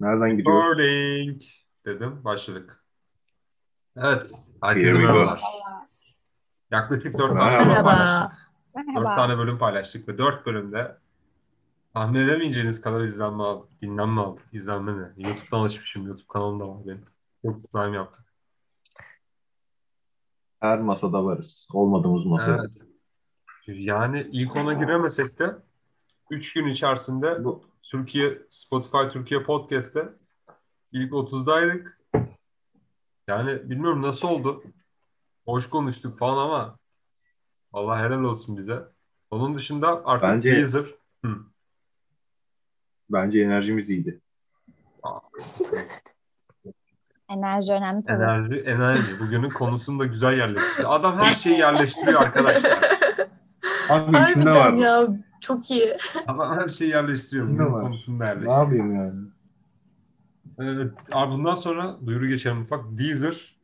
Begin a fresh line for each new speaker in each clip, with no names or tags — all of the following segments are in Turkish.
Nereden gidiyor?
Burning dedim. Başladık. Evet.
Here
Herkese
we go.
merhabalar. Yaklaşık 4 tane
Merhaba.
bölüm paylaştık.
Merhaba.
4 tane bölüm paylaştık ve 4 bölümde tahmin edemeyeceğiniz kadar izlenme aldık. Dinlenme aldık. İzlenme ne? YouTube'dan alışmışım. YouTube kanalım da var benim. Çok time yaptık.
Her masada varız. Olmadığımız masada.
Evet. Yani ilk ona giremesek de 3 gün içerisinde
Bu
Türkiye Spotify Türkiye Podcast'te ilk 30'daydık. Yani bilmiyorum nasıl oldu. Hoş konuştuk falan ama Allah helal olsun bize. Onun dışında artık
Bence-
Deezer
bence enerjimiz iyiydi.
Enerji önemli tabii.
enerji enerji bugünün konusunu da güzel yerleştiriyor. Adam her şeyi yerleştiriyor arkadaşlar.
Abi içimde
Harbiden
var.
ya çok iyi.
Adam her şeyi yerleştiriyor. Bugünün
Ne var?
konusunu da
Ne
yerleştiriyor.
yapayım yani?
Evet, Ee, abi bundan sonra duyuru geçelim ufak. Deezer,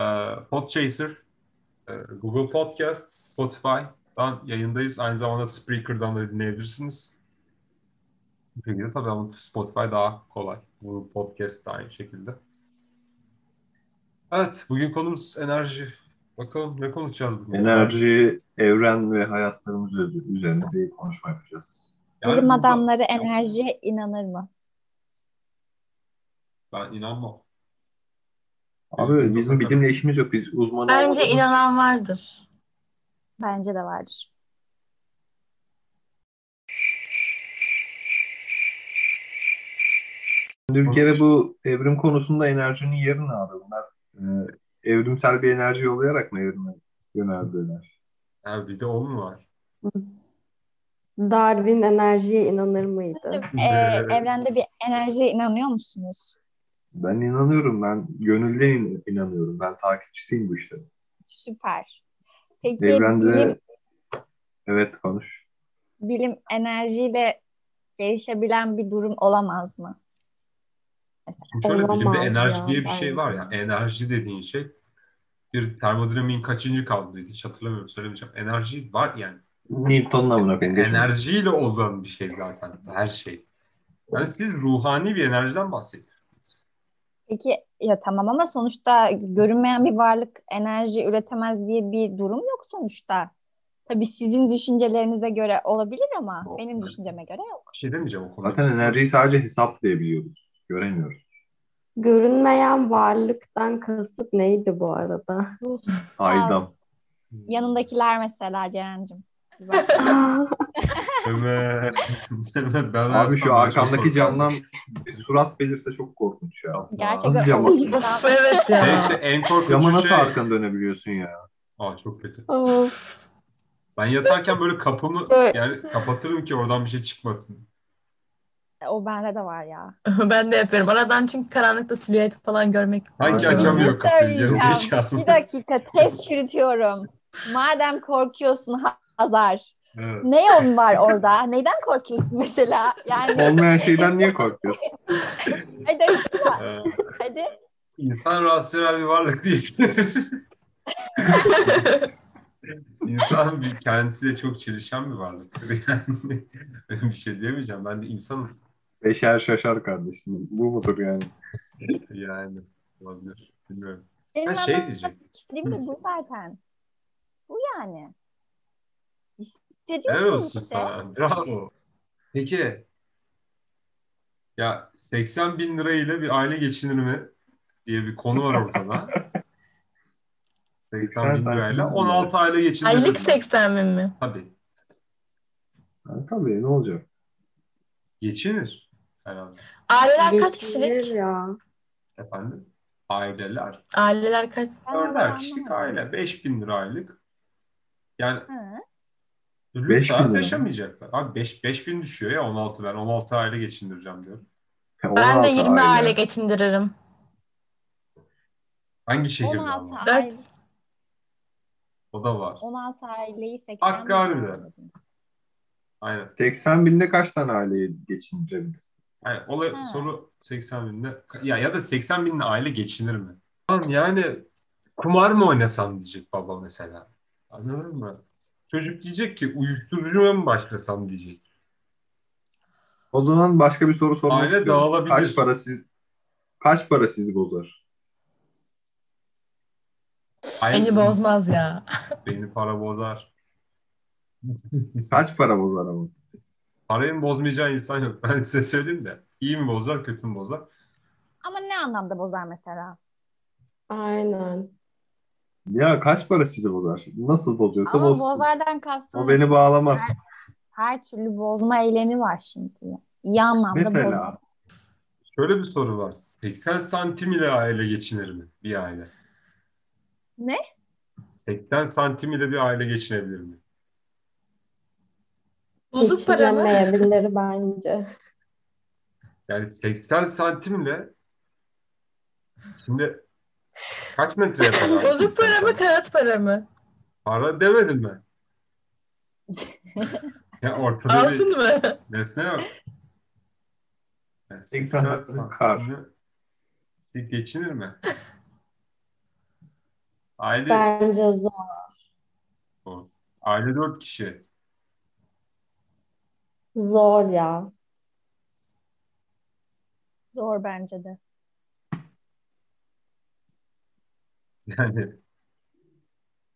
e, Podchaser, e, Google Podcast, Spotify'dan yayındayız. Aynı zamanda Spreaker'dan da dinleyebilirsiniz. Bu şekilde tabii ama Spotify daha kolay. Google Podcast da aynı şekilde. Evet, bugün konumuz enerji. Bakalım ne konuşacağız bugün?
Enerji, evren ve hayatlarımız üzeri- üzerine bir konuşma yapacağız.
Yani
Bilim
burada-
adamları enerjiye inanır mı?
Ben inanmam.
Abi bizim bilimle işimiz yok. Biz uzman
Bence
olmadığımız-
inanan vardır.
Bence de vardır.
Türkiye'de bu evrim konusunda enerjinin yeri ne abi? Bunlar e, evrimsel bir enerji yollayarak mı evrime yöneldiler?
Yani bir de o mu var?
Darwin enerjiye inanır mıydı?
Ee, evrende bir enerjiye inanıyor musunuz?
Ben inanıyorum. Ben gönülden in- inanıyorum. Ben takipçisiyim bu işte.
Süper. Peki bilim,
Evrende evet konuş.
bilim enerjiyle gelişebilen bir durum olamaz mı?
Şimdi Şöyle
Olamaz
bilimde enerji
ya,
diye bir şey
bence.
var ya. Enerji dediğin şey bir termodinamiğin kaçıncı kanunuydu hiç hatırlamıyorum söylemeyeceğim. Enerji var yani.
Newton'la amına koyayım. geçin.
Enerjiyle olan bir şey zaten her şey. Yani siz ruhani bir enerjiden bahsediyorsunuz.
Peki ya tamam ama sonuçta görünmeyen bir varlık enerji üretemez diye bir durum yok sonuçta. Tabii sizin düşüncelerinize göre olabilir ama
Yok,
benim
evet.
düşünceme göre yok.
Bir şey demeyeceğim o konuda.
Zaten enerjiyi sadece hesaplayabiliyoruz. Göremiyoruz.
Görünmeyen varlıktan kasıt neydi bu arada?
Ruhsal
Aydam.
yanındakiler mesela Ceren'cim.
Ömer. Ömer, ben
Abi şu
sana çok
arkamdaki
korkarım.
camdan bir surat belirse çok korkunç ya.
Gerçekten
Nasıl cama-
of
olacak.
evet
E
ya.
işte en korkunç
Cama nasıl
şey.
arkanı dönebiliyorsun ya?
Aa çok kötü.
of,
Ben yatarken böyle kapımı
Böyle-
yani kapatırım ki oradan bir şey çıkmasın.
O bende de var ya.
ben de yaparım. Aradan çünkü karanlıkta silüet falan görmek.
Sanki
Olsun.
açamıyor kapıyı.
Söyleyeceğim.
Gerizekalı.
Bir dakika test çürütüyorum. Madem korkuyorsun Ha- Hazar.
Evet.
Ne yolun var orada? Neyden korkuyorsun mesela? Yani
Olmayan şeyden niye korkuyorsun?
hadi açıkla.
Ee,
Hadi.
İnsan rasyonel bir varlık değil. İnsan bir, kendisiyle çok çelişen bir varlıktır. Yani ben bir şey diyemeyeceğim. Ben de insanım.
Beşer şaşar kardeşim. Bu mudur yani?
Yani olabilir. Bilmiyorum.
Benim
Ben şey
anlatmak
diyeceğim.
istediğim de bu zaten. Bu yani. şey.
Helal
Hissediyorsun
olsun
işte.
sana. Bravo. Peki. Ya 80 bin lirayla bir aile geçinir mi? diye bir konu var ortada. 80 bin lirayla 16 aile geçinir
Aylık 80 bin mi?
Tabii.
Ha, tabii ne olacak?
Geçinir. Herhalde.
Aileler kaç
geçinir
kişilik?
ya.
Efendim? Aileler.
Aileler kaç?
Ben
Dörder
anlamadım.
kişilik aile. 5000 lira aylık. Yani
Hı.
ürün
5000
saat
lira.
yaşamayacaklar. Abi 5, 5000 düşüyor ya 16 ben 16 aile geçindireceğim diyorum.
Ben
16
de 20 aile, geçindiririm.
Hangi şehirde
16
ama?
Dört.
aile,
O da var.
16 aileyi 80
Hakkari'de.
bin aldım.
Aynen.
80 binde kaç tane aileyi geçindirebilir?
Yani olay,
Ha.
soru 80 binle ya ya da 80 binle aile geçinir mi? Lan yani kumar mı oynasam diyecek baba mesela. Anladın mı? Çocuk diyecek ki uyuşturucuya mı başlasam diyecek.
O zaman başka bir soru sormak
Aile
istiyorum.
dağılabilir.
Kaç para siz kaç para sizi bozar?
Beni bozmaz ya.
Beni para bozar.
Kaç para bozar ama?
Parayı mı bozmayacağı insan yok. Ben size söyleyeyim de. İyi mi bozar, kötü mü bozar?
Ama ne anlamda bozar mesela?
Aynen.
Ya kaç para sizi bozar? Nasıl bozuyorsa
Ama
bozsun.
bozardan kastım
O beni
işte
bağlamaz.
her türlü bozma eylemi var şimdi. İyi anlamda bozma.
Mesela
Şöyle bir soru var. 80 santim ile aile geçinir mi bir aile?
Ne?
80 santim ile bir aile geçinebilir mi?
Bozuk para mı?
Geçiremeyebilir bence.
Yani 80 santimle şimdi kaç metre yapar abi
Bozuk
80
para mı,
santim?
kağıt para mı?
Para demedim ben. ya ortada bir
Altın mı?
nesne yok. Yani
80 santim kar.
santimle geçinir mi? Aile
Bence zor.
aile 4 kişi.
Zor ya.
Zor bence de.
Yani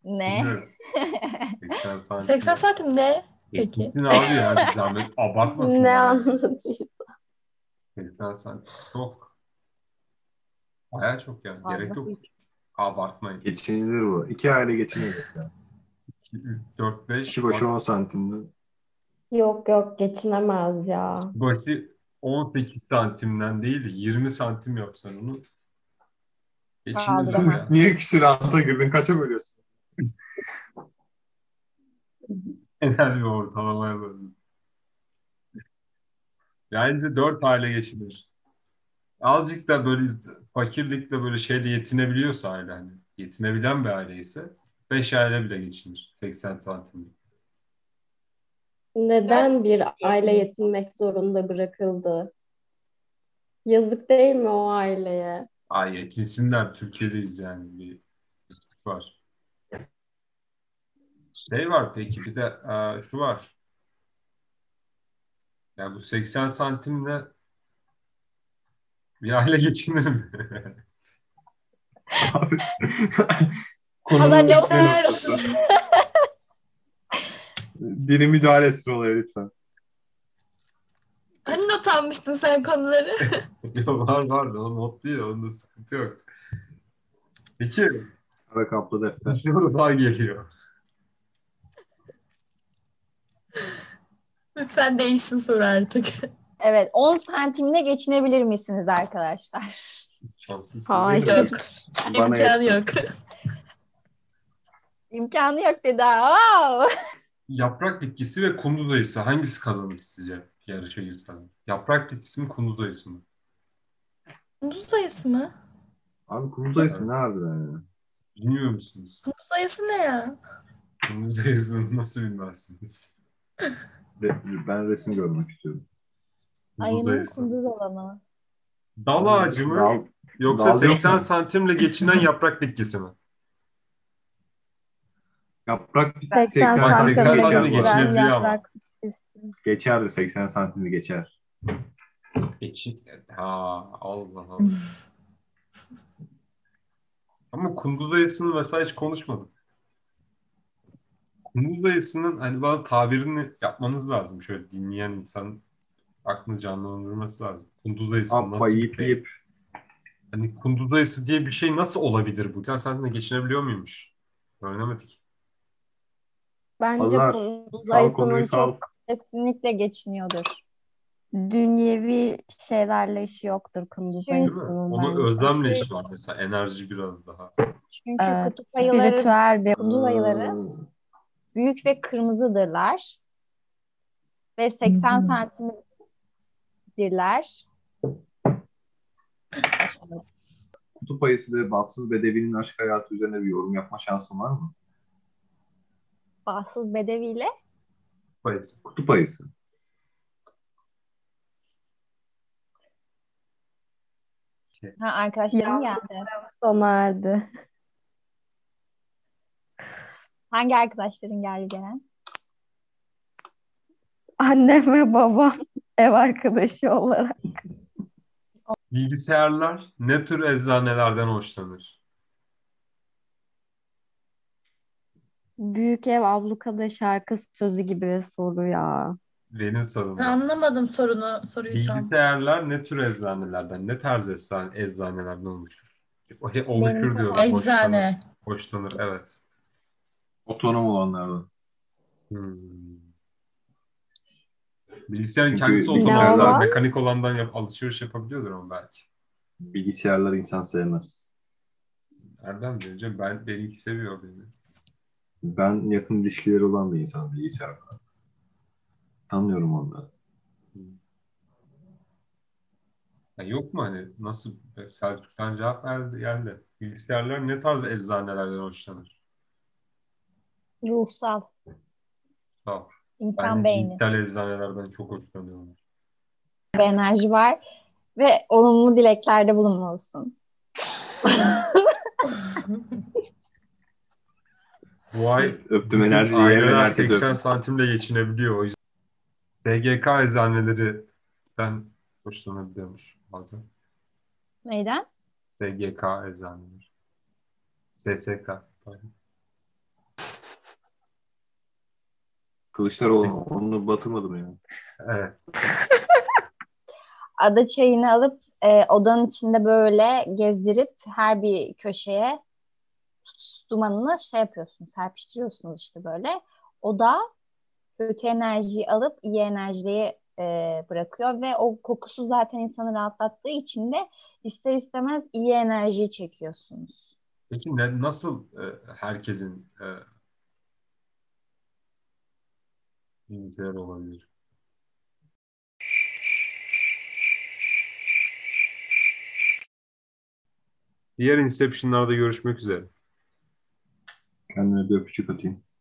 Ne?
bilmiyorum. 80 santim.
80 santim ne? Peki.
Gittin abi ya bir zahmet. Abartma. şunu
Ne
ya.
anlatayım?
80 santim. Çok. Bayağı çok yani. Gerek yok. Abartmayın.
geçinilir bu. İki aile geçinilir. Yani.
4 5
Kişi başı 10 santimli.
Yok yok geçinemez ya.
başı 18 santimden değil de 20 santim yapsan onu geçinir
Kaldıramaz.
ya.
Niye kişi rahata girdin? Kaça bölüyorsun?
Genel bir ortalamaya böldüm. Bence 4 aile geçinir. Azıcık da böyle fakirlikle böyle şeyle yetinebiliyorsa aile hani yetinebilen bir aile ise 5 aile bile geçinir 80 santimlik.
Neden bir aile yetinmek zorunda bırakıldı? Yazık değil mi o aileye?
Ay yetinsinler Türkiye'deyiz yani bir bir var. Şey var peki bir de e, şu var. Ya bu 80 santimle bir aile geçinir mi?
Abi.
Hala
Konunun
Lofer.
biri müdahale etsin olaya lütfen.
Hani not almıştın sen konuları?
Ya var var da o not değil onda sıkıntı yok. Peki
Kara kaplı
bir
defter.
soru daha geliyor.
Lütfen değişsin soru artık.
Evet 10 santimle geçinebilir misiniz arkadaşlar?
Şanssız.
Hayır.
Değil mi?
Yok.
Bana
İmkanı
yetti.
yok.
İmkanı yok dedi. ha. Wow.
Yaprak bitkisi ve kunduz ayısı hangisi kazanır sizce yarışa girsen? Yaprak bitkisi mi kunduz ayısı mı?
Kunduz ayısı mı?
Abi kumda ismi ne abi? Yani?
Bilmiyor musunuz?
Kunduz ayısı ne ya?
Kunduz ayısını nasıl bilmezsiniz?
Re- Ben resim görmek istiyorum.
Kunduz
Ayının
ayısı.
kunduz olanı.
Dal ağacı mı
Dal-
yoksa
dal yok
80
mu?
santimle geçinen yaprak bitkisi mi?
Yaprak
80
Bak,
santim
80
geçer
santimle
bu arada.
geçinebiliyor ama.
yaprak.
Geçer 80 santimli geçer.
Geçin. Ha Allah Allah. Ama kunduz ayısını mesela hiç konuşmadık. Kunduz ayısının hani bana tabirini yapmanız lazım. Şöyle dinleyen insan aklını canlandırması lazım. Kunduz ayısı
Abba
nasıl bir
yiyip
şey?
yiyip.
Hani kunduz ayısı diye bir şey nasıl olabilir bu? Sen seninle geçinebiliyor muymuş? Öğrenemedik.
Bence
Pazar,
kunduz
Sal konuyu
ayısının
sal.
çok
Kesinlikle geçiniyordur.
dünyevi şeylerle işi yoktur kunduz
Çünkü-
Değil mi?
ayısının bence.
Onun özlemle işi var mesela. Enerji biraz daha.
Çünkü
Evet,
kutup ayıları,
Spiritüel bir
kunduz ayıları
Hmm.
büyük ve kırmızıdırlar. Ve 80
Hmm.
santimdirler.
Kutup ayısı ve Bahtsız Bedevi'nin aşk hayatı üzerine bir yorum yapma şansın var mı?
Bahtsız bedeviyle.
Ayısı.
Kutup ayısı.
Ha, arkadaşlarım
Ya.
geldi.
sona erdi.
Hangi arkadaşların geldi gelen?
Annem ve babam
ev arkadaşı olarak.
Bilgisayarlar ne tür eczanelerden hoşlanır?
Büyük ev ablukada şarkı sözü gibi bir soru ya.
Benim sorum.
Ben anlamadım sorunu, soruyu tam.
Bilgisayarlar ne tür eczanelerden, ne tarz eczane, eczanelerden oluşur? E,
Benim
Oluşur diyorum. Hoşlanır,
Eczane.
hoşlanır evet.
Otonom olanlardan.
Hmm. Bilgisayarın
Çünkü
kendisi
bilgisayarlar-
otomatik olarak mekanik olandan yap, alışveriş yapabiliyordur ama belki.
Bilgisayarlar insan sevmez.
Erdem diyeceğim ben benimki seviyor beni.
Ben yakın ilişkileri olan bir insanım bilgisayarla. Tanıyorum onları.
Ya yok mu hani nasıl Selçuk'tan cevap verdi geldi. Bilgisayarlar ne tarz eczanelerden hoşlanır?
Ruhsal.
Tamam.
insan
Ben
beyni.
dijital eczanelerden çok hoşlanıyorum.
Bir enerji var. Ve olumlu dileklerde bulunmalısın.
Bu ay
Öptüm enerjiyi yerim
aileler
herkes
80
öptüm.
santimle geçinebiliyor o yüzden. SGK eczanelerinden hoşlanabiliyormuş bazen.
Neyden?
SGK eczaneleri. SSK. pardon.
Kılıçdaroğlu onu batırmadım ya.
Evet.
Ada çayını alıp e, odanın içinde böyle gezdirip her bir köşeye tüts dumanını şey yapıyorsun, serpiştiriyorsunuz işte böyle. O da kötü enerjiyi alıp iyi enerjiyi e, bırakıyor ve o kokusu zaten insanı rahatlattığı için de ister istemez iyi enerjiyi çekiyorsunuz.
Peki ne, nasıl e, herkesin e, bilgisayar olabilir? Diğer Inception'larda görüşmek üzere.
Kendime bir öpücük atayım.